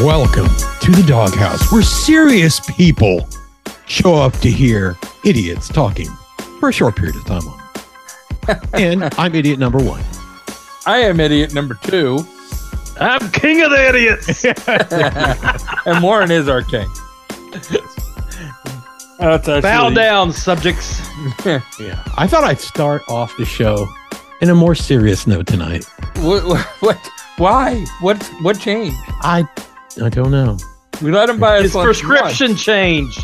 Welcome to the doghouse, where serious people show up to hear idiots talking for a short period of time. Only. and I'm idiot number one. I am idiot number two, I'm king of the idiots. and Warren is our king. That's actually, Bow down, subjects. Yeah. I thought I'd start off the show in a more serious note tonight. What, what, what- Why? What? What changed? I I don't know. We let him buy us His lunch prescription once. changed.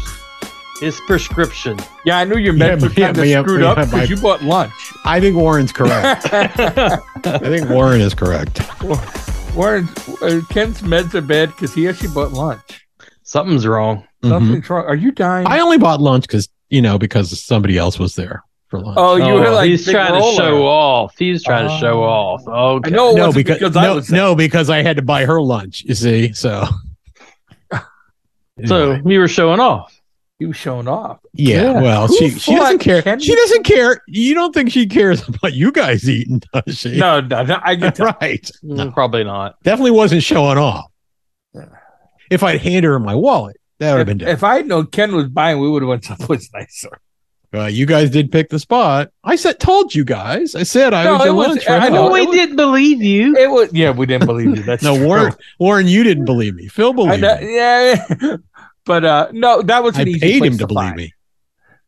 His prescription. Yeah, I knew your meds Yeah, were kind yeah, of yeah, screwed yeah, up my- because you bought lunch. I think Warren's correct. I think Warren is correct. Warren, uh, Ken's meds are bad because he actually bought lunch. Something's wrong. Mhm. Something's wrong. Are you dying? I only bought lunch because you know because somebody else was there for lunch. oh, you were like he's big trying to roller. show off. He's trying to show Oh. off. Okay. I know it no, wasn't because, because, I no, was there. no, because I had to buy her lunch. You see, so So Anyway. you were showing off. you were showing off. yeah, yeah. Well, Who she she doesn't fought care. Kennedy? She doesn't care. You don't think she cares about you guys eating, does she? No, no, no I get that. right. No. Mm, Probably not. Definitely wasn't showing off. Yeah. If I'd handed her my wallet, that would have been If, different. if I had known Ken was buying, we would have went someplace nicer. Uh, you guys did pick the spot. I said, told you guys. I said I No, was it at was- lunch. I right? No, know it Oh, we was- didn't believe you. It was. Yeah, we didn't believe you. That's no, true. Warren, Warren, you didn't believe me. Phil I believed know, me. yeah, but uh, no, that was an I easy paid place him to believe find. me.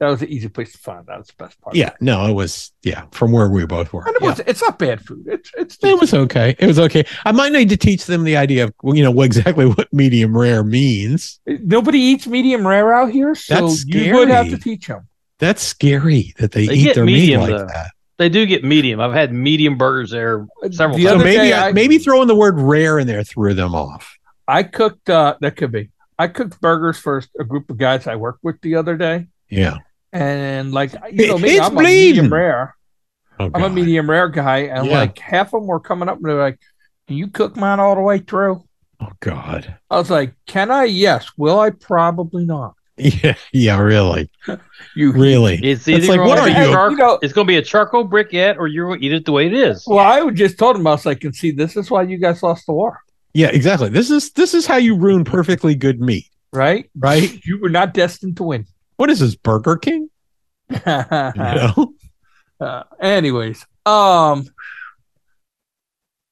That was an easy place to find. That was the best part. Yeah, no, it was yeah from where we both were. and it Yeah. was, it's not bad food. It's it's It was okay. It was okay. I might need to teach them the idea of well, you know what, exactly what medium rare means. nobody eats medium rare out here, so That's you would have to scary. teach them. That's scary that they, They eat get their medium, meat like though. that. They do get medium. I've had medium burgers there several The So times. other maybe day I, I- maybe throwing the word rare in there threw them off. I cooked. uh That could be. I cooked burgers for a group of guys I worked with the other day, Yeah. and like you know, It- me, it's I'm a bleeding. medium rare. Oh, I'm a God. medium rare guy, and Yeah. like half of them were coming up and they're like, "Can you cook mine all the way through?" Oh God. I was like, "Can I? Yes. Will I? Probably not." Yeah. Yeah. Really. You Really. It's either It's like, gonna what be are you? charcoal- You know- it's going to be a charcoal briquette, or you're going to eat it the way it is. Well, I would just told him I was like, "And see, this is why you guys lost the war, Yeah. Exactly. This is this is how you ruin perfectly good meat, right? right? You were not destined to win." What is this Burger King? You Uh-huh. know? Uh, anyways, um,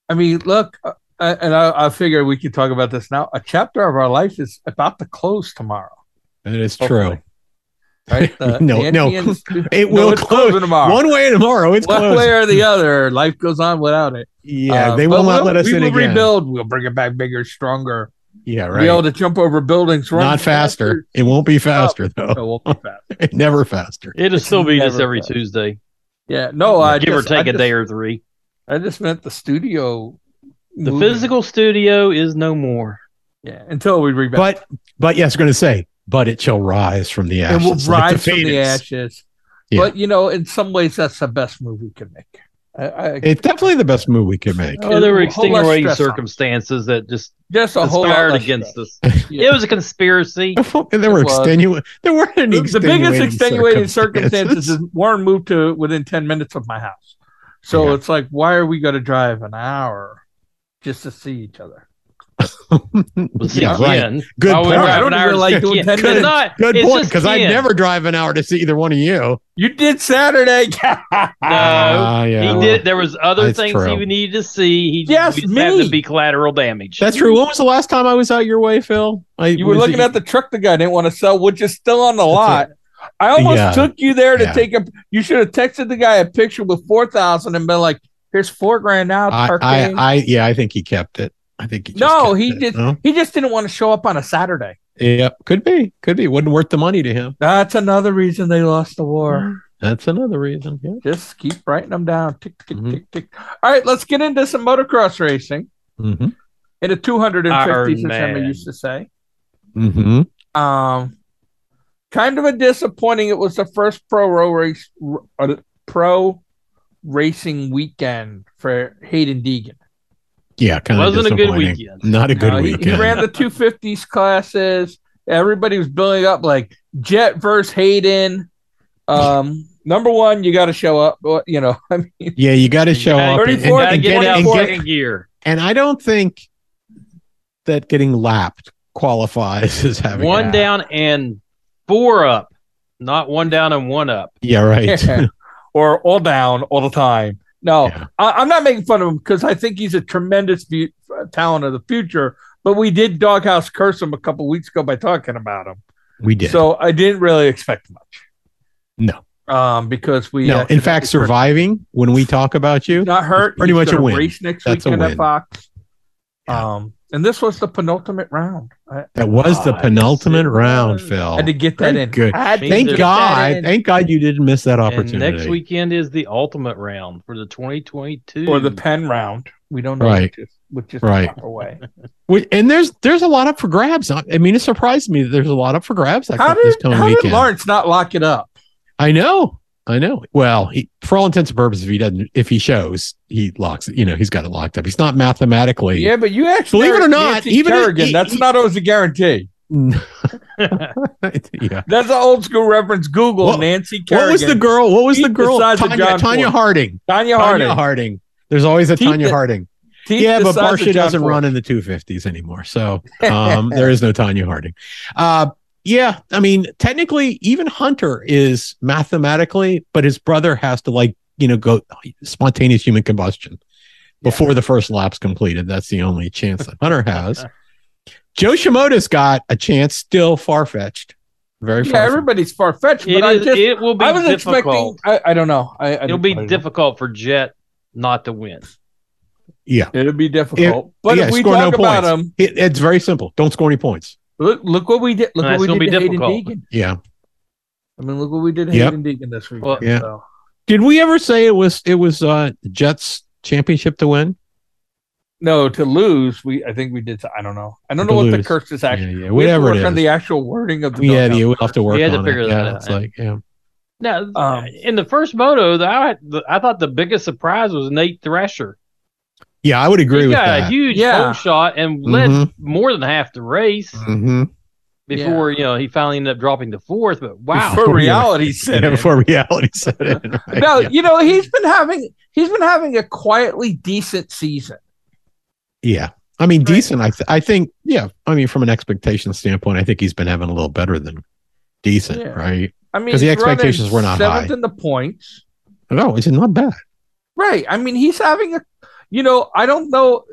I mean, look, uh, and I, I figure we could talk about this now. A chapter of our life is about to close tomorrow, That is Hopefully. true. right? No, no. Indians- It No, will it's close closing tomorrow. one way tomorrow. It's one closed. way or the other, life goes on without it. yeah, Uh, they but will not we'll- let us we in will again. Rebuild. We'll bring it back bigger, stronger. Yeah, Be right. able to jump over buildings. run Not faster. It won't be faster though. No, we'll be faster. Never faster. It'll still be just never every bad. Tuesday, Yeah, no, I give just- or take I a day just- or three. I just meant the studio. The moving. physical studio is no more. yeah, until we rebuild, But but yeah, I was going to say, but it shall rise from the it ashes. will like rise from the phoenix. ashes. Yeah. But you know, in some ways, that's the best move we could make. I, I, It's definitely the best move we could make. Oh, Oh, there were a whole lot extenuating stress on it. circumstances that just just a whole lot conspired less against stress. us. Yeah. It was a conspiracy. there were It was. extenuating. There weren't any. the biggest extenuating extenuating circumstances is Warren moved to within ten minutes of my house, so Yeah. it's like, why are we going to drive an hour just to see each other? We'll see yeah, right. Ken. Good Why would point. we I have don't an even hour like to doing Ken? 10 It's minutes. not- Good it's point. just Because I Ken. never drive an hour to see either one of you. You did Saturday. No, Ah, yeah, he well, did. There was other that's things true. he needed to see. He Yes, we just happened me. to be collateral damage. That's true. When was the last time I was out your way, Phil? I, You were was looking it- at the truck the guy didn't want to sell, which is still on the lot. I almost Yeah. took you there to Yeah. take a. You should have texted the guy a picture with four thousand and been like, "Here's four grand now." I, turkey." I, I, yeah, I think he kept it. I think he. Just No, kept he it. just- No? he just didn't want to show up on a Saturday. Yeah, could be, could be. Wasn't worth the money to him. That's another reason they lost the war. That's another reason. Yeah. Just keep writing them down. Tick tick Mhm. tick tick. All right, let's get into some motocross racing Mm-hmm. in the two hundred and fifties, Iron as Emma Man. used to say. Mm-hmm. Um, kind of a disappointing. It was the first pro row race, uh, pro racing weekend for Hayden Deegan. Yeah, kind of Wasn't a good disappointing. weekend. Not a good Uh, he- weekend. He, ran the two fifties classes. Everybody was building up like Jet versus Hayden. Um, number one, you got to show up. Well, You know, I mean, yeah, you got to show You gotta- up and, you and, gotta and get get, out and, of get- second gear. and I don't think that getting lapped qualifies as having one Yeah. down and four up, not one down and one up. yeah right or all down all the time. No, Yeah. I, I'm not making fun of him because I think he's a tremendous bu- talent of the future. But we did doghouse curse him a couple weeks ago by talking about him, we did so I didn't really expect much. No. um, because we no actually- in fact surviving when we talk about you not hurt. pretty He's much a gonna win. Race next That's a weekend win. at Fox. Yeah. Um, and this was the penultimate round. I that was the Nice. penultimate round Had phil had to get that Very in. good. I had to Thank get Oh, thank that god in. thank god you didn't miss that And opportunity next weekend is the ultimate round for the 2022. or the pen round. We don't know Right. which is, which is Right. the proper way. We- and there's there's a lot up for grabs i I mean it surprised me that there's a lot up for grabs I How think, did, this coming how did weekend Lawrence not lock it up? i know i know well he, for all intents and purposes if he doesn't if he shows he locks it you know he's got it locked up he's not mathematically Yeah, but you actually Believe it or are not, Nancy even if- Kerrigan, e- that's e- not always a guarantee. yeah That's an old school reference. Google What- Nancy Kerrigan. What was the girl? What was Teeth the girl? the size of Tanya, John Tanya Ford. Harding. Tanya Tanya Harding? Harding. There's always a Teeth Tanya the- Harding. Teeth yeah, the but size of Barsha John doesn't Ford. run in the 250s anymore. So um, there is no Tanya Harding. Uh, yeah, I mean, technically, even Hunter is mathematically, but his brother has to like, you know, go spontaneous human combustion before the first lap's completed. That's the only chance that Hunter has. Joe Shimoda's got a chance, still far fetched. Very Yeah, far everybody's far fetched, but It, I is, just it will be I was difficult. expecting. I, I don't know. I, I It'll be difficult for Jet not to win. It'll be difficult. but yeah, if we score no talk about points. him, It, it's very simple. Don't score any points. look, look what we did. Look That's what we gonna did be to Hayden difficult. Deegan. Yeah. I mean, look what we did to Yep. Hayden Deegan this week. Well, Yeah. So. Did we ever say it was it was uh Jets championship to win? No, to lose, we I think we did. I don't know. I don't To know what the lose. curse is actually. yeah, yeah, We have to whatever it work on is. the actual wording of the yeah, doghouse the, we'll have to work We had to on figure it. that yeah, out. it's like yeah. Now, Um, in the first moto, the- I, the, I thought the biggest surprise was Nate Thresher. Yeah, I would agree he with got a that. huge Yeah. pole shot and led Mhm. more than half the race Mhm. before you know he finally ended up dropping to fourth. But wow, Before reality set Yeah, in. before reality set in. right? no, yeah. you know he's been having he's been having a quietly decent season. Yeah. I mean, Right. decent. I th- I think. Yeah. I mean, from an expectation standpoint, I think he's been having a little better than decent, Yeah. right? I mean, 'Cause the he's running expectations were not seventh high. in the points. No, it's not bad Right. I mean, he's having a. You know, I don't know.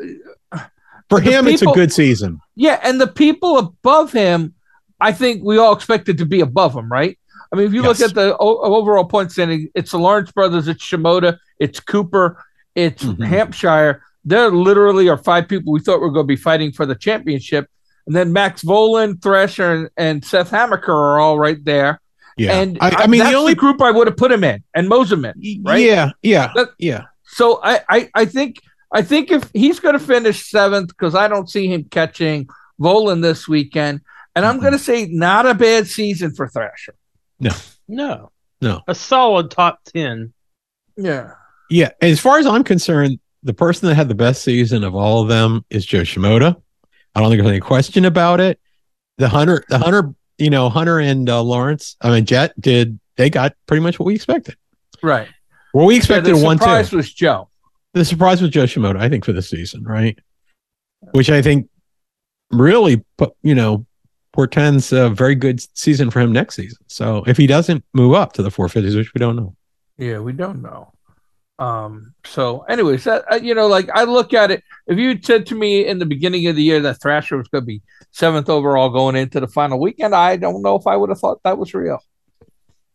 for The him. it's a people- good season. Yeah, and the people above him, I think we all expected to be above him, right? I mean, if you Yes. look at the o- overall point standing, it's the Lawrence brothers, it's Shimoda, it's Cooper, it's Mhm. Hampshire. There literally are five people we thought were going to be fighting for the championship. And then Max Volan, Thresher, and, and Seth Hamaker are all right there. Yeah. And I, I mean, that's the only. group I would have put him in, and Moseman. right? Yeah. Yeah. That- yeah. So I, I, I think I think if he's going to finish seventh, because I don't see him catching Volan this weekend, and I'm Mhm. going to say not a bad season for Thrasher. no, No. a solid top ten. Yeah, Yeah, as far as I'm concerned, the person that had the best season of all of them is Joe Shimoda. I don't think there's any question about it. The Hunter, the Hunter, you know, Hunter and uh, Lawrence, I mean Jet did. They got pretty much what we expected. right. Well, we Yeah, expected the one two. surprise was Joe. The surprise was Joe Shimoda, I think, for the season, right? Which I think really, put, you know, portends a very good season for him next season. So if he doesn't move up to the 450s, which we don't know, Yeah, we don't know. Um. So, anyways, that uh, you know, like I look at it. If you said to me in the beginning of the year that Thrasher was going to be seventh overall going into the final weekend, I don't know if I would have thought that was real.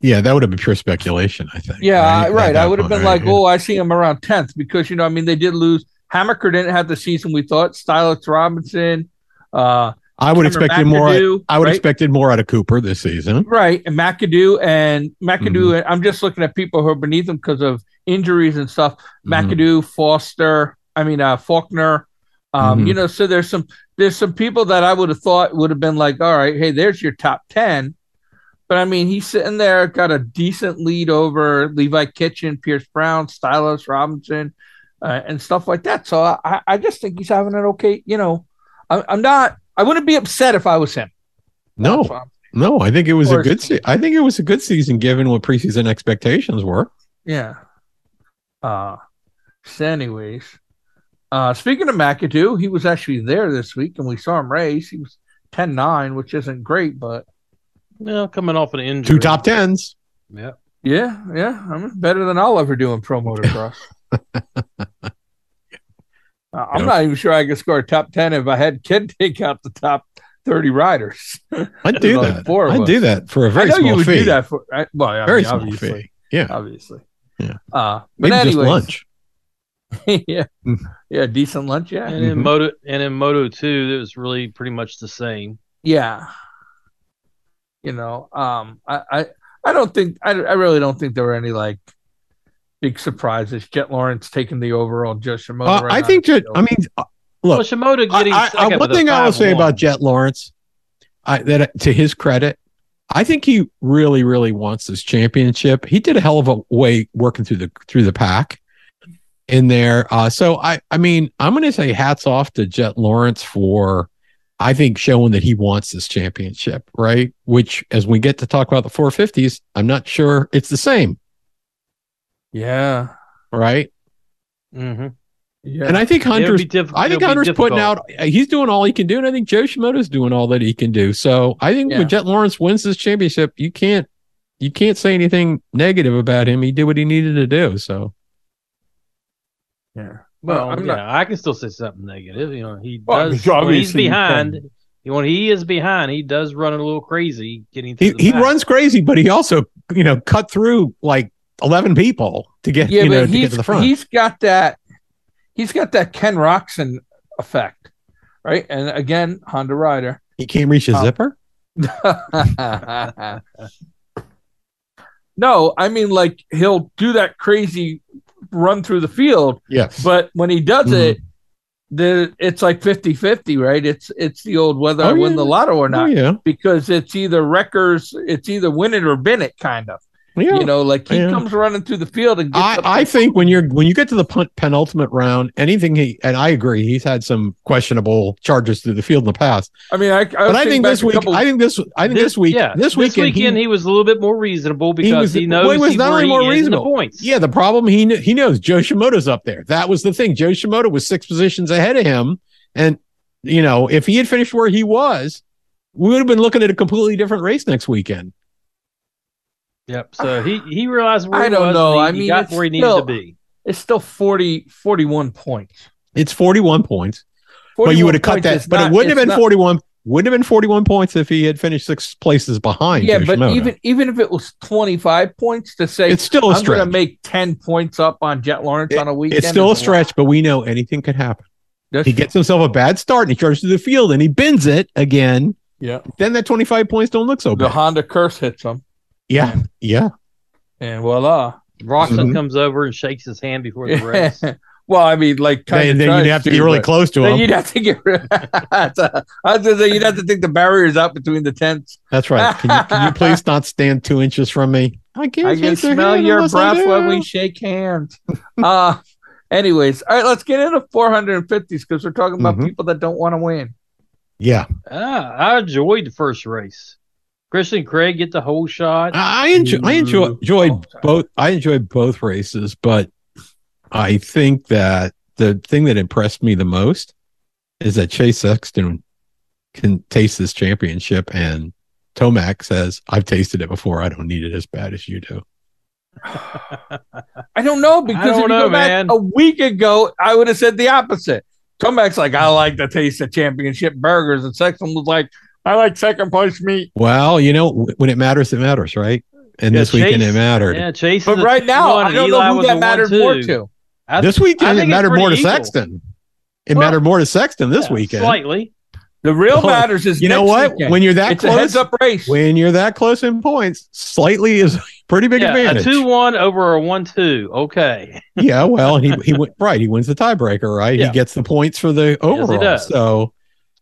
yeah, that would have been pure speculation. I think. Yeah, right. At I that would have point, been right? like, Yeah. oh, I see him around tenth because you know, I mean, they did lose. Hamaker didn't have the season we thought. Stylitz Robinson. Uh, I would Cameron expect him more. McAdoo, I would right? expected more out of Cooper this season. right and McAdoo and McAdoo. Mm-hmm. And I'm just looking at people who are beneath him because of injuries and stuff. Mhm. McAdoo, Foster. I mean, uh, Faulkner. Um, Mhm. You know, so there's some there's some people that I would have thought would have been like, all right, hey, there's your top ten. But I mean, he's sitting there, got a decent lead over Levi Kitchen, Pierce Brown, Stylus Robinson, uh, and stuff like that. So I- I, I just think he's having an okay. You know, I, I'm not. I wouldn't be upset if I was him. That's No, all. no, I think it was a Or- good. Se- I think it was a good season given what preseason expectations were. Yeah. Uh so anyways. Uh, speaking of McAdoo, he was actually there this week and we saw him race. He was 10 9, which isn't great, but Well, coming off an injury. Two top tens. Yeah. yeah, yeah, I'm better than I'll ever do in pro motocross. Uh, I'm Yep. not even sure I could score a top 10 if I had Ken take out the top 30 riders. I'd do There's like that. four of I'd us. do that for a very I know small you would fee. do that for, I, well, I Very mean, small obviously. fee. Yeah. obviously. Yeah. Uh, but Maybe just anyway, lunch. yeah, Mm. yeah, decent lunch. Yeah, And in Mhm. Moto and in Moto two, it was really pretty much the same. yeah. You know, um, I, I, I don't think I, I really don't think there were any like big surprises. Jet Lawrence taking the overall, just Shimoda. Uh, right I out think of the that, I field. mean, Well, Look, Shimoda I- getting I- second I- with one a thing I will say 5-1. about Jet Lawrence, I, that uh, to his credit, I think he really, really wants this championship. He did a hell of a way working through the through the pack in there. Uh, so I, I mean, I'm going to say hats off to Jet Lawrence for, I think, showing that he wants this championship, right? Which, as we get to talk about the 450s, I'm not sure it's the same, yeah, right? Mhm. yeah, And I think It would Hunter's be diff- I it think would be Hunter's putting difficult. out. He's doing all he can do, and I think Joe Shimoda's doing all that he can do. So I think Yeah. when Jet Lawrence wins this championship, you can't you can't say anything negative about him. He did what he needed to do. So yeah. Well, Well, I'm you not. know, I can still say something negative. You know, he Well, I mean, does. when he's obviously you can. behind. When he is behind, he does run a little crazy getting. he through the he pack. runs crazy, but he also you know cut through like eleven people to get Yeah, you know but to get he's, to the front. he's got that. He's got that Ken Roxon effect, right? And again, Honda rider. He can't reach a Oh. zipper. no, I mean like he'll do that crazy run through the field, Yes, but but when he does Mm-hmm. it, the it's like 50-50, right? It's it's the old whether I Oh, win yeah. the lotto or oh, not yeah, because it's either Wreckers, it's either win it or bin it kind of. yeah. You know, like he Yeah. comes running through the field and gets I, up- I think when you're when you get to the pen, penultimate round, anything he and I agree, he's had some questionable charges through the field in the past. I mean I, I was but I thinking think back this a week, couple- I think this, I think this, week, yeah, this weekend, he- he, was a little bit more reasonable because was- he, well, knows he was he- not only where he more is in reasonable. the points. yeah, the problem he kn- he knows Joe Shimoda's up there. That was the thing. Joe Shimoda was six positions ahead of him, and you know if he had finished where he was, we would have been looking at a completely different race next weekend. Yep. So he he realized where I he don't was know. and I he- he mean, got it's where he needed still- to be. it's still 40, 41 points. It's forty-one points, but you 41 would have cut points that. is But not- it wouldn't have it's been not- forty-one. Wouldn't have been forty-one points if he had finished six places behind. Yeah, Joe but Shimoda. even even if it was twenty five points to say it's still a I'm going to stretch. make ten points up on Jet Lawrence on a weekend, It's still a is lot. stretch, but we know anything could happen. That's He gets himself a bad start and he charges to the field and he bends it again. yeah. Then that twenty-five points don't look so The bad. Honda curse hits him, Yeah, yeah. and voila. Roxon Mm-hmm. Mhm. comes over and shakes his hand before the race. well, I mean, like kinda And then tries you'd have to be really but close to Then him. you'd have to get rid. That's a- I was gonna say you'd have to take the barriers out between the tents. That's right. Can you, can you please not stand two inches from me? I can't. I can shake your smell hand your unless I breath when do. we shake hands. uh anyways, all right, let's get into 450s because we're talking about Mm-hmm. Mhm. people that don't want to win. Yeah, ah, I enjoyed the first race. Christian Craig get the whole shot. I enjoy. I enjoy, Ooh. enjoyed both. I enjoyed both races, but I think that the thing that impressed me the most is that Chase Sexton can taste this championship, and Tomac says, "I've tasted it before. I don't need it as bad as you do." I don't know because don't if you know, go back man. a week ago, I would have said the opposite. Comeback's like, I like the taste of championship burgers, and Sexton was like, I like second place meat. Well, you know, w- when it matters, it matters, right? And Yeah, this weekend Chase- it mattered. Yeah, Chase. is But the right now, one, I don't Eli know who was that the mattered one, more two. to. I- this I weekend think it it's mattered more to pretty equal. Sexton. It Well, mattered more to Sexton this yeah, weekend. Slightly. The real Well, matters is you know next what? weekend. When you're that it's a close, heads up race. when you're that close in points, slightly is a pretty big Yeah, a advantage. two-one over a one-two. Okay. yeah, well, and he he went right. He wins the tiebreaker, right? Yeah. He gets the points for the overall. does. So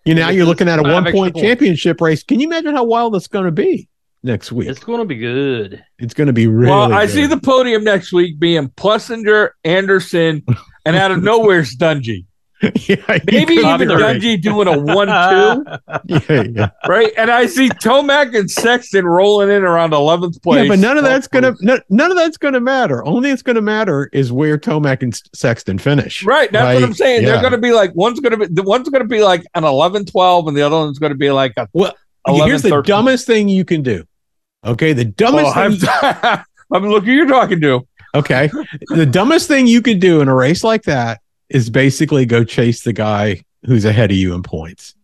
you now gets you're his looking at a five one extra point points. championship race. Can you imagine how wild that's going to be next week? It's It's, going to be good. going to be really. well, I see good. the podium next week being Plessinger, Anderson, and out of nowhere's Dungy. yeah, Maybe you could even be right. Dungey doing a one-two, could- yeah, yeah. right? And I see Tomac and Sexton rolling in around eleventh place. Yeah, but none of that's gonna Twelfth no, none of that's gonna matter. Only it's gonna matter is where Tomac and S- Sexton finish. place. right. That's what I'm Like, saying. They're yeah. going to be like one's going to be the one's going to be like an 11-12, and the other one's going to be like a Well, Here's the dumbest thing you can do. Okay, the dumbest. Oh, thing, I'm, I'm looking. You're talking to. okay, the dumbest thing you could do in a race like that is basically go chase the guy who's ahead of you in points.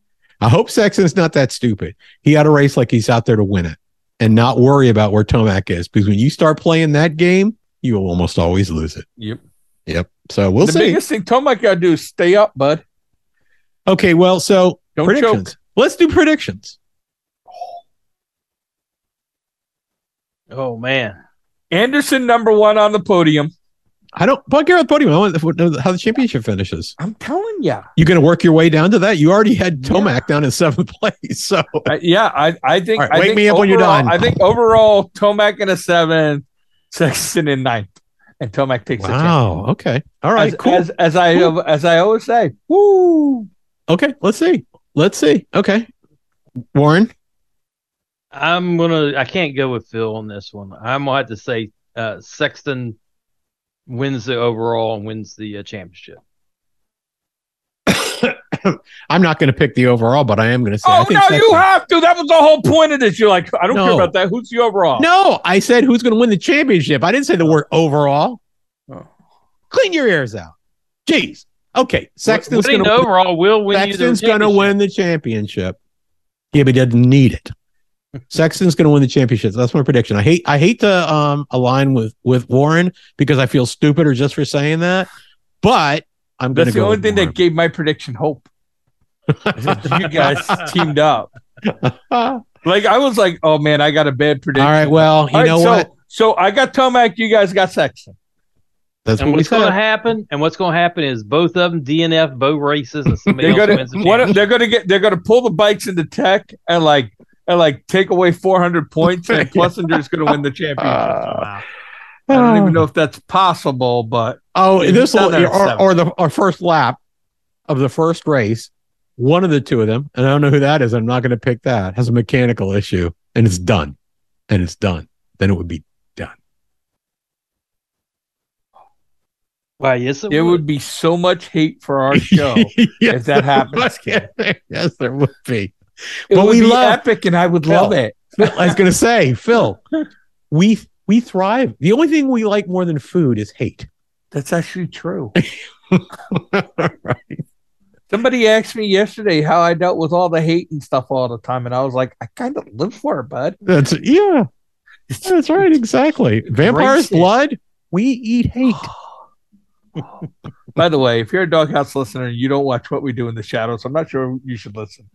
I hope Sexton's not that stupid. He ought to race like he's out there to win it and not worry about where Tomac is because when you start playing that game, you will almost always lose it. Yep. Yep. So we'll the see. biggest thing Tomac got to do is stay up, bud. okay. Well, so Don't choke. predictions. Let's do predictions. Oh man. Anderson number one on the podium. I don't But Gareth Podium. I want to know how the championship finishes. I'm telling you. You're going to work your way down to that. You already had Yeah. Tomac down in seventh place. So I, yeah, I, I think. All right, I wake think me up when you're overall- done. I think overall, Tomac in a seven, Sexton in ninth, and Tomac takes the champ. wow. Okay. All right. As, cool. as, as I Cool. as I always say, woo. okay. Let's see. Let's see. Okay. Warren. I'm gonna I can't go with Phil on this one. I'm gonna have to say uh, Sexton wins the overall and wins the uh, championship. I'm not going to pick the overall, but I am going to say. I oh think no, you Sexton- have to. That was the whole point of this. You're like, I don't care No. about that. Who's the overall? No, I said who's going to win the championship. I didn't say the word overall. Oh. Clean your ears out. Jeez. Okay. Sexton's Winning going the to overall will win you the Sexton's going to championship. win the championship. Yeah, but he doesn't need it. Sexton's going to win the championship. That's my prediction. I hate I hate to um, align with with Warren because I feel stupid or just for saying that, but I'm going That's to the go. only with thing that gave my prediction hope. I said, you guys teamed up. Warren. Like I was like, oh man, I got a bad All prediction. right. Well, you All right, know so, what? So I got Tomac. You guys got Sexton. That's And what we what's going to said. happen? And what's going to happen is both of them DNF, both races, and somebody They're else gonna wins the what, championship. they're gonna get they're gonna pull the bikes into tech and like and like take away 400 points and Plessinger's gonna win the championship. Uh, I don't even know if that's possible, but Oh, He's this down will, there at or, seven. or the our first lap of the first race, one of the two of them, and I don't know who that is. I'm not going to pick that. Has a mechanical issue, and it's done, and it's done. Then it would be Wow, yes, it, there would. would be so much hate for our show. Yes, if that there happens, Ken. would. yes, there would be. It But would we be love- epic, and I would Phil. love it. Phil, I was going to say, Phil, we we thrive. The only thing we like more than food is hate. That's actually true. Somebody asked me yesterday how I dealt with all the hate and stuff all the time, and I was like, I kind of live for it, bud. That's yeah. That's right. Exactly. Vampires' Embrace it. blood. We eat hate. By the way, if you're a doghouse listener and you don't watch what we do in the shadows, I'm not sure you should listen.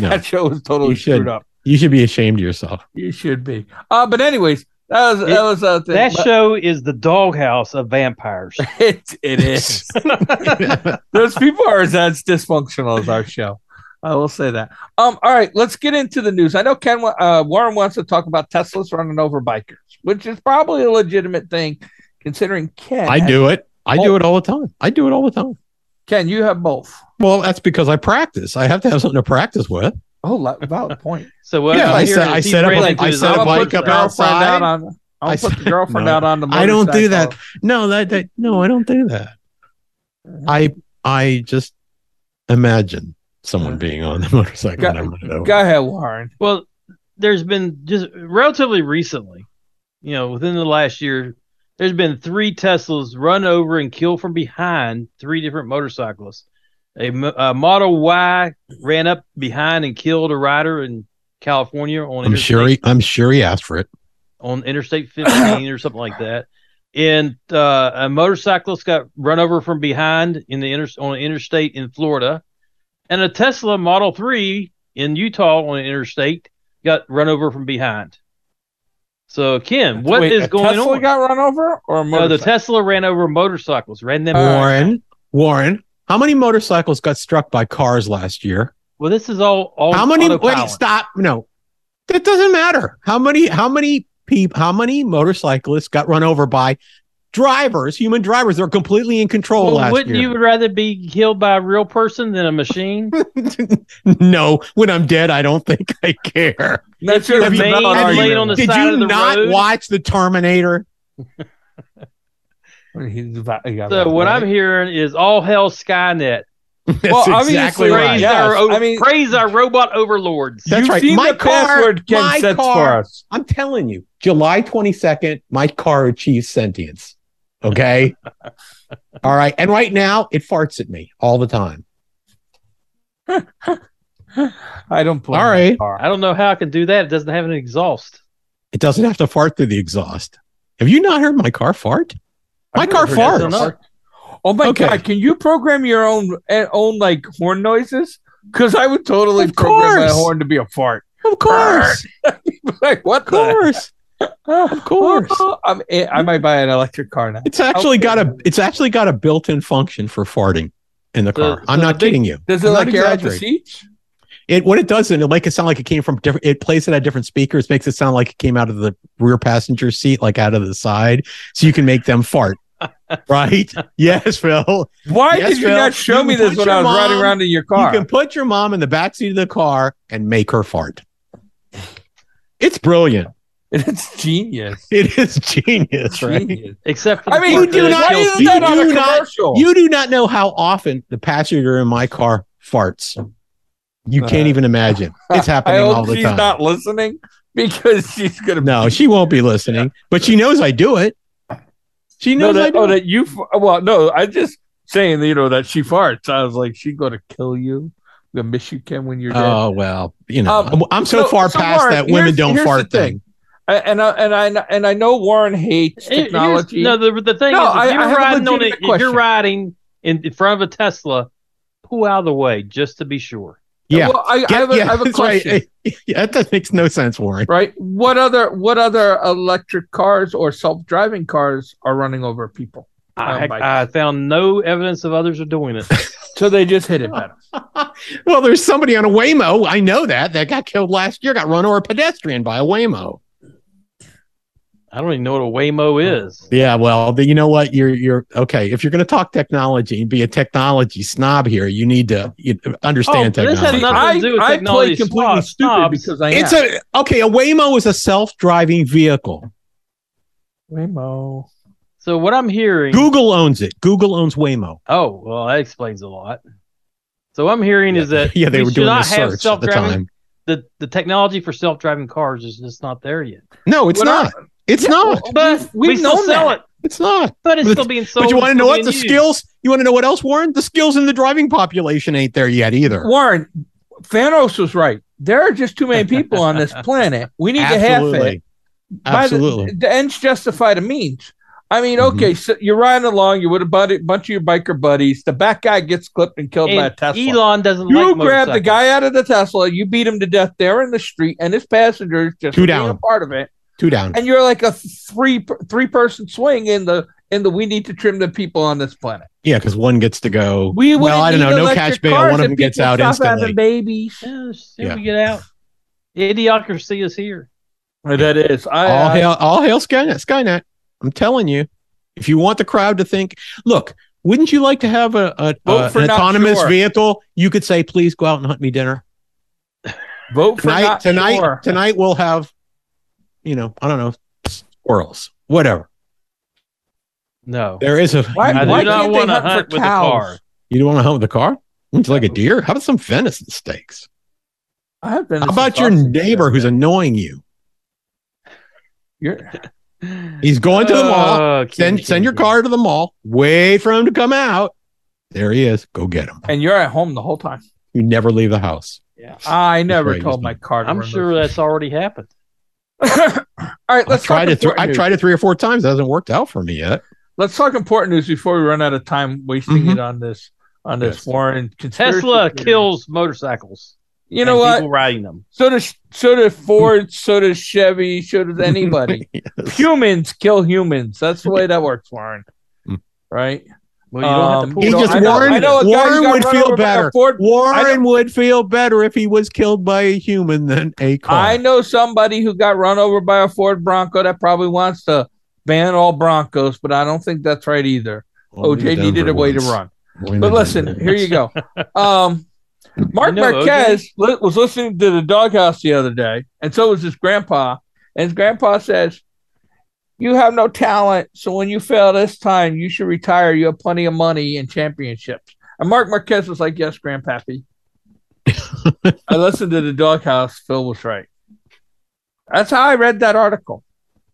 No. That show is totally You screwed should. up. You should be ashamed of yourself. You should be. Uh, but anyways, that was that It- was uh, That show is the doghouse of vampires. it, it is. Those people are as as dysfunctional as our show. I will say that. Um, all right, let's get into the news. I know Ken wa- uh, Warren wants to talk about Teslas running over bikers, which is probably a legitimate thing, considering Ken. I has- do it. I do it all the time. I do it all the time. Ken, you have both. Well, that's because I practice. I have to have something to practice with. Oh, li- valid point. So what? Yeah, I'm I hearing said- is I he said it ran like- into I his said own it I'll like put the up girlfriend. outside. girlfriend out on. I'll I put said- the girlfriend no. out on the. I don't do that. motorcycle. No, that, that no, I don't do that. I I just imagine someone being on the motorcycle. Go- and I'm "Oh, gonna- Go ahead, Warren. Well, there's been just relatively recently, you know, within the last year, there's been three Teslas run over and killed from behind three different motorcyclists. A, mo- a Model Y ran up behind and killed a rider in California on I'm sure he I'm sure he asked for it. on Interstate 15 or something like that. And uh, a motorcyclist got run over from behind in the inter- on an interstate in Florida, and a Tesla Model 3 in Utah on an interstate got run over from behind. So, Kim, what is Wait, a going Tesla on? Got run over or a no, the motorcycle? Tesla ran over motorcycles, ran them. Uh, All right. Warren, Warren, how many motorcycles got struck by cars last year? well, this is all. all how many wait, autopilot. stop. No. That doesn't matter. How many how many people how many motorcyclists got run over by drivers, human drivers, are completely in control Well, last wouldn't year. you rather be killed by a real person than a machine? no, when I'm dead, I don't think I care. That's your Have you- main have you- argument. on the Did side of you the not road? watch the Terminator? He's about- he got so that what right. I'm hearing is all hell Skynet. That's Well, obviously, exactly right. right. Praise, Yeah. our, Yes, I mean- praise our robot overlords. That's You've right. seen My the car- password Ken my sets car- for us. I'm telling you, July 22nd, my car achieves sentience. Okay. all right. And right now, it farts at me all the time. I don't play. All right. I don't know how I can do that. It doesn't have an exhaust. It doesn't have to fart through the exhaust. Have you not heard my car fart? My car heard that. farts. Oh my Okay. god! Can you program your own eh, own like horn noises? Because I would totally Of program that course. horn to be a fart. Of course. like what? Of course. Of course. I'm, eh, I might buy an electric car now. It's actually got a it's actually got a built-in function for farting in the The- car. I'm the not big- kidding you. Does it I'm like not air out the exaggerating. seats? It what it does, and it'll make it sound like it came from different. It plays it at different speakers, makes it sound like it came out of the rear passenger seat, like out of the side, so you can make them fart. right? Yes, Phil. Why Yes, did you Phil. not show You me can this put when your I was riding mom- around in your car? You can put your mom in the back seat of the car and make her fart. It's brilliant. it's genius. It is genius, right? Genius. Except for I the mean, part You do that not- why kills isn't you that on a do not- commercial? You do not know how often the passenger in my car farts. You can't Uh, even imagine. It's happening I hope all the she's time. not listening because she's gonna. no, she won't be listening, but she knows I do it. She no, knows I that, do oh, it. that you. f- Well, no, I just saying, you know, that she farts. I was like, she's gonna kill you. I'm gonna miss you, Ken, when you're dead. Oh well, you know, Um, I'm, I'm so, so- far so past Mark, that women here's- don't here's the fart thing. thing. I- and I, and I and I know Warren hates It- here's- technology. No, the, the thing No, is, if I- I you're have a riding on it, legitimate if you're question. riding in, in front of a Tesla, pull out of the way just to be sure. Yeah, Well, I, I, Yeah, have a, yeah, I have a that's right. question. Yeah, that makes no sense, Warren. Right? What other what other electric cars or self driving cars are running over people? Oh, I, my- I found no evidence of others are doing it. So they just hit it better. well, there's somebody on a Waymo. I know that that got killed last year. Got run over a pedestrian by a Waymo. I don't even know what a Waymo is. Yeah, well, the, you know what? You're you're okay. If you're going to talk technology and be a technology snob here, you need to you, understand Oh, this has technology. nothing to I, do with I play technology. completely Snobs, stupid snobs. because I am. It's a okay. A Waymo is a self-driving vehicle. Waymo. So what I'm hearing, Google owns it. Google owns Waymo. oh well, that explains a lot. So what I'm hearing is that yeah, they we were should doing not the have search at the self-driving- time. The, the technology for self driving cars is just not there yet. No, it's What I- not. it's not. But we we, still know sell that. it. It's not. But it's But- still being sold. but you want to it's know still what being the used. skills? You want to know what else, Warren? The skills in the driving population ain't there yet either. Warren, Thanos was right. There are just too many people on this planet. We need to half it. Absolutely. By the- Absolutely. The, ends justify the means. I mean, Mm-hmm. okay, so you're riding along, you're with a buddy, bunch of your biker buddies. The back guy gets clipped and killed by a And Tesla. Elon doesn't you like grab the motorcycles. guy out of the Tesla, you beat him to death there in the street, and his passengers just Two being down. a part of it. Two down. And you're like a three three person swing in the in the we need to trim the people on this planet. Yeah, because one gets to go. We well, wouldn't I don't need know. No electric catch bail. cars One of if them gets people out stop having instantly. Babies. Yeah, see Yeah. Oh, we get out. Idiocracy is here. That is. I, all I- hail, all hail Skynet. Skynet. I'm telling you, if you want the crowd to think, look, wouldn't you like to have a, a, Vote a- for an not autonomous sure. vehicle? You could say, please go out and hunt me dinner vote for tonight. not Tonight, sure. tonight we'll have, you know, I don't know, squirrels, whatever. No. There is a. Why, I you, do why not can't they wanna hunt, hunt for with a cows? car. you don't want to hunt with a car? Would you like a deer? How about some venison steaks? I have been How about your neighbor who's annoying you? You're, He's going to Uh, the mall. Oh, Ken, send Ken, send your Ken. car to the mall. Wait for him to come out. There he is. Go get him. and you're at home the whole time. You never leave the house. Yeah. I never right, told he's my car. To I'm remove sure it. that's already happened. All right, I've let's tried talk it. Th- important I've news. tried it three or four times. It hasn't worked out for me yet. Let's talk important news before we run out of time wasting Mhm. it on this on this Yes. Warren conspiracy Tesla theory. kills motorcycles. You know and what? People riding them. So does so does Ford. so does Chevy. So does anybody. Yes. humans kill humans. That's the way that works, Warren. Mm. Right? Well, you don't Um, have to pull He No, it just off. I know- Warren, I know a guy who Warren got would run feel over by a better. Ford- I Warren would feel better if he was killed by a human than a car. I know somebody who got run over by a Ford Bronco that probably wants to ban all Broncos, but I don't think that's right either. Only OJ Denver needed a way once. to run. Only But Denver listen, once. here you go. Um, Mark You know, Marquez li- was listening to the doghouse the other day, and so was his grandpa. And his grandpa says, You have no talent, so when you fail this time, you should retire. You have plenty of money and championships. And Mark Marquez was like, Yes, grandpappy. I listened to the doghouse. Phil was right. That's how I read that article.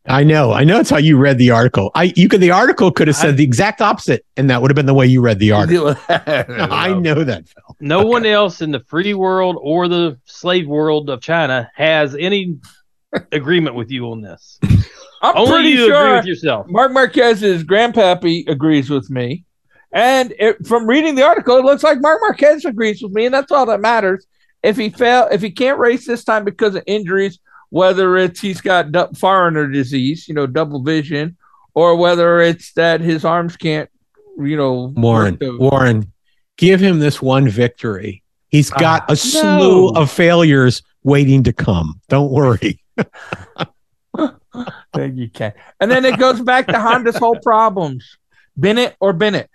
I know, I know. It's how you read the article. I you could the article could have said the exact opposite, and that would have been the way you read the article. I know that. No one else in the free world or the slave world of China has any agreement with you on this. I'm Only pretty you agree sure with yourself. Mark Marquez's grandpappy agrees with me. And it, from reading the article, it looks like Mark Marquez agrees with me, and that's all that matters. If he fail, if he can't race this time because of injuries, whether it's he's got du- foreigner disease, you know, double vision, or whether it's that his arms can't, you know, Warren, work the- Warren, give him this one victory. He's Ah, got a slew no. of failures waiting to come. Don't worry. Thank you Ken. And then it goes back to Honda's whole problems: Bennett or Bennett.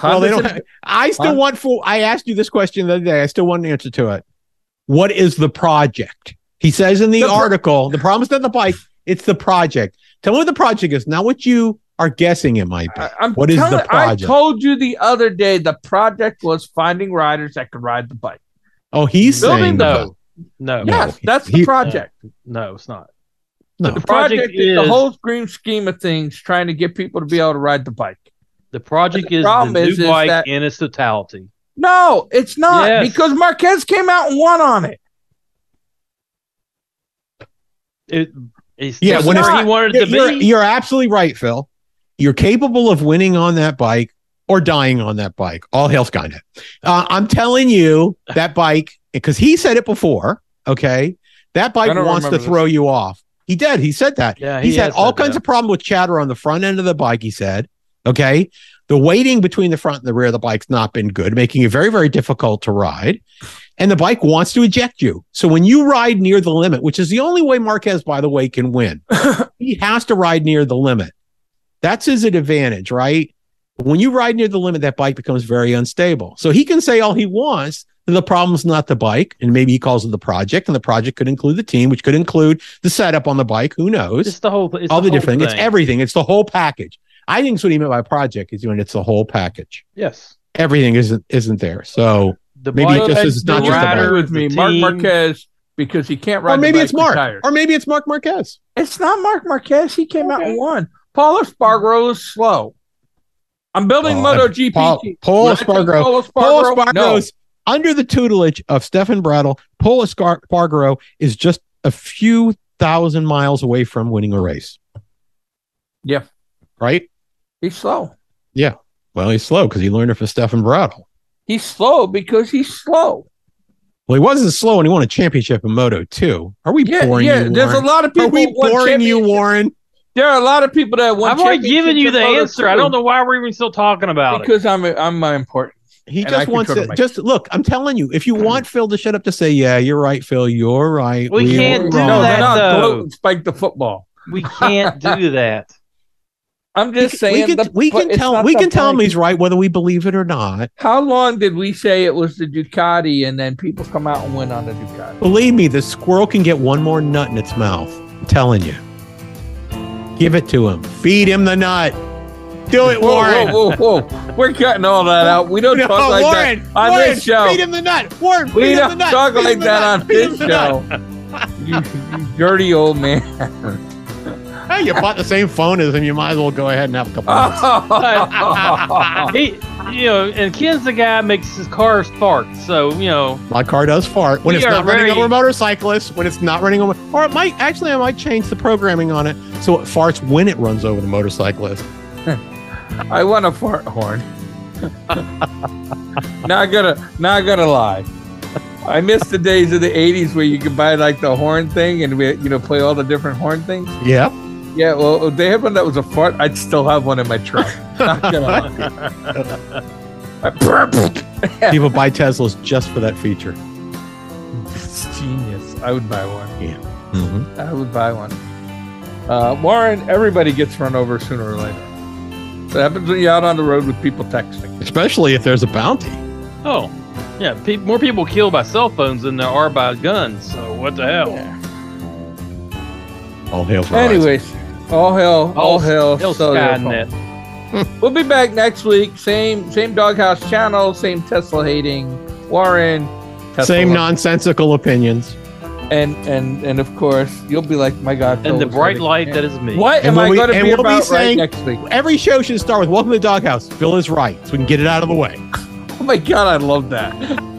Well, they Honda's don't in- have- I still Huh? want full. I asked you this question the other day. I still want an answer to it. What is the project? He says in the, The pro- article, the problem is not the bike, it's the project. Tell me what the project is, not what you are guessing it might be. I- I'm What is the telling- project? I told you the other day the project was finding riders that could ride the bike. Oh, he's Building saying the- the, No, no, Yeah. yes, that's the He- project. no, it's not. no. The project, project is, the is- whole green scheme of things, trying to get people to be able to ride the bike. The project The is problem the new is- is bike that- in its totality. No, it's not Yes. because Marquez came out and won on it. It, it's Yeah, yeah, when it's- where he wanted it to You're, be. you're absolutely right, Phil. You're capable of winning on that bike or dying on that bike. All hail Skynet. Uh, I'm telling you, that bike, because he said it before, okay? That bike don't wants to remember throw you off. He did. He said that. yeah, He's had has all said kinds that. of problem with chatter on the front end of the bike, he said. Okay. The weighting between the front and the rear of the bike's not been good, making it very, very difficult to ride. And the bike wants to eject you. So when you ride near the limit, which is the only way Marquez, by the way, can win, he has to ride near the limit. That's his advantage, right? When you ride near the limit, that bike becomes very unstable. So he can say all he wants. that The problem's not the bike, and maybe he calls it the project, and the project could include the team, which could include the setup on the bike. Who knows? It's the whole. It's all the, the whole different. Thing. It's everything. It's the whole package. I think it's what he meant by project is when it's the whole package. Yes. Everything isn't isn't there. So The Maybe it bike- just is not You just the agree bike. with me, the Mark team. Marquez, because he can't ride. or the maybe bike, it's Mark, retired. or maybe it's Mark Marquez. It's not Mark Marquez. He came out and won. Paul Espargaro is slow. I'm building Oh, Moto MotoGP. Paul- Paul When I think Espargaro- Paul Paul Espargaro, no. Espargaro's under the tutelage of Stefan Brattle. Paul Escar- Espargaro is just a few thousand miles away from winning a race. Yeah. Right. He's slow. Well, he's slow because he learned it from Stefan Brattle. He's slow because he's slow. Well, he wasn't slow, and he won a championship in Moto too. Are we Yeah, boring yeah. you? There's a Warren? lot of Are people. we who won boring you, champion- Warren? There are a lot of people that won. I've already given you the championships in answer. I Moto don't know why we're even still talking two about it. because I'm I'm uh, important. He And I just can wants turn to the mic. just look. I'm telling you, if you want Phil to shut up to say, "Yeah, you're right, Phil, you're right," We can't were do no, wrong." that, they're not though. gloat and spike the football. We can't do that. I'm We just can, saying. we can, the- we can it's tell not we the can tell him bike. he's right whether we believe it or not. How long did we say it was the Ducati, and then people come out and win on the Ducati? Believe me, the squirrel can get one more nut in its mouth. I'm telling you. Give it to him. Feed him the nut. Do it, Whoa, Warren. whoa, whoa, whoa. We're cutting all that out. We don't No, talk like Warren, that on Warren, this show. feed him the nut. Warren, feed We him the don't nut. talk Feed him like the that nut. on Feed him this the nut. show. you, you dirty old man. Hey, you bought the same phone as him. You might as well go ahead and have a couple. nuts. Oh. He, you know, and Ken's the guy that makes his cars fart. So you know, My car does fart when We it's are not very- running over motorcyclists. When it's not running over, or it might actually, I might change the programming on it so it farts when it runs over the motorcyclist. I want a fart horn. not gonna not gonna lie. I miss the days of the 80s where you could buy like the horn thing and we you know play all the different horn things. Yeah, Yeah, well, if they had one that was a fart. I'd still have one in my truck. Not gonna lie. people buy Teslas just for that feature. It's genius. I would buy one. Mm-hmm. I would buy one. Uh, Warren, everybody gets run over sooner or later. It happens when you're out on the road with people texting. especially if there's a bounty. Oh, yeah. Pe- more people killed by cell phones than there are by guns. So what the hell? All hail Verizon. Anyways, all hell, all hell, hell cellular phone. Oh, Skynet. We'll be back next week. Same same doghouse channel, same Tesla hating Warren. Tesla Same loving. nonsensical opinions. and and and of course you'll be like, my God. And the bright light that is me. What And am when I we- going to and be we'll be about right saying- next week? Every show should start with "Welcome to the Doghouse." Phil is right, so we can get it out of the way. Oh my God, I love that.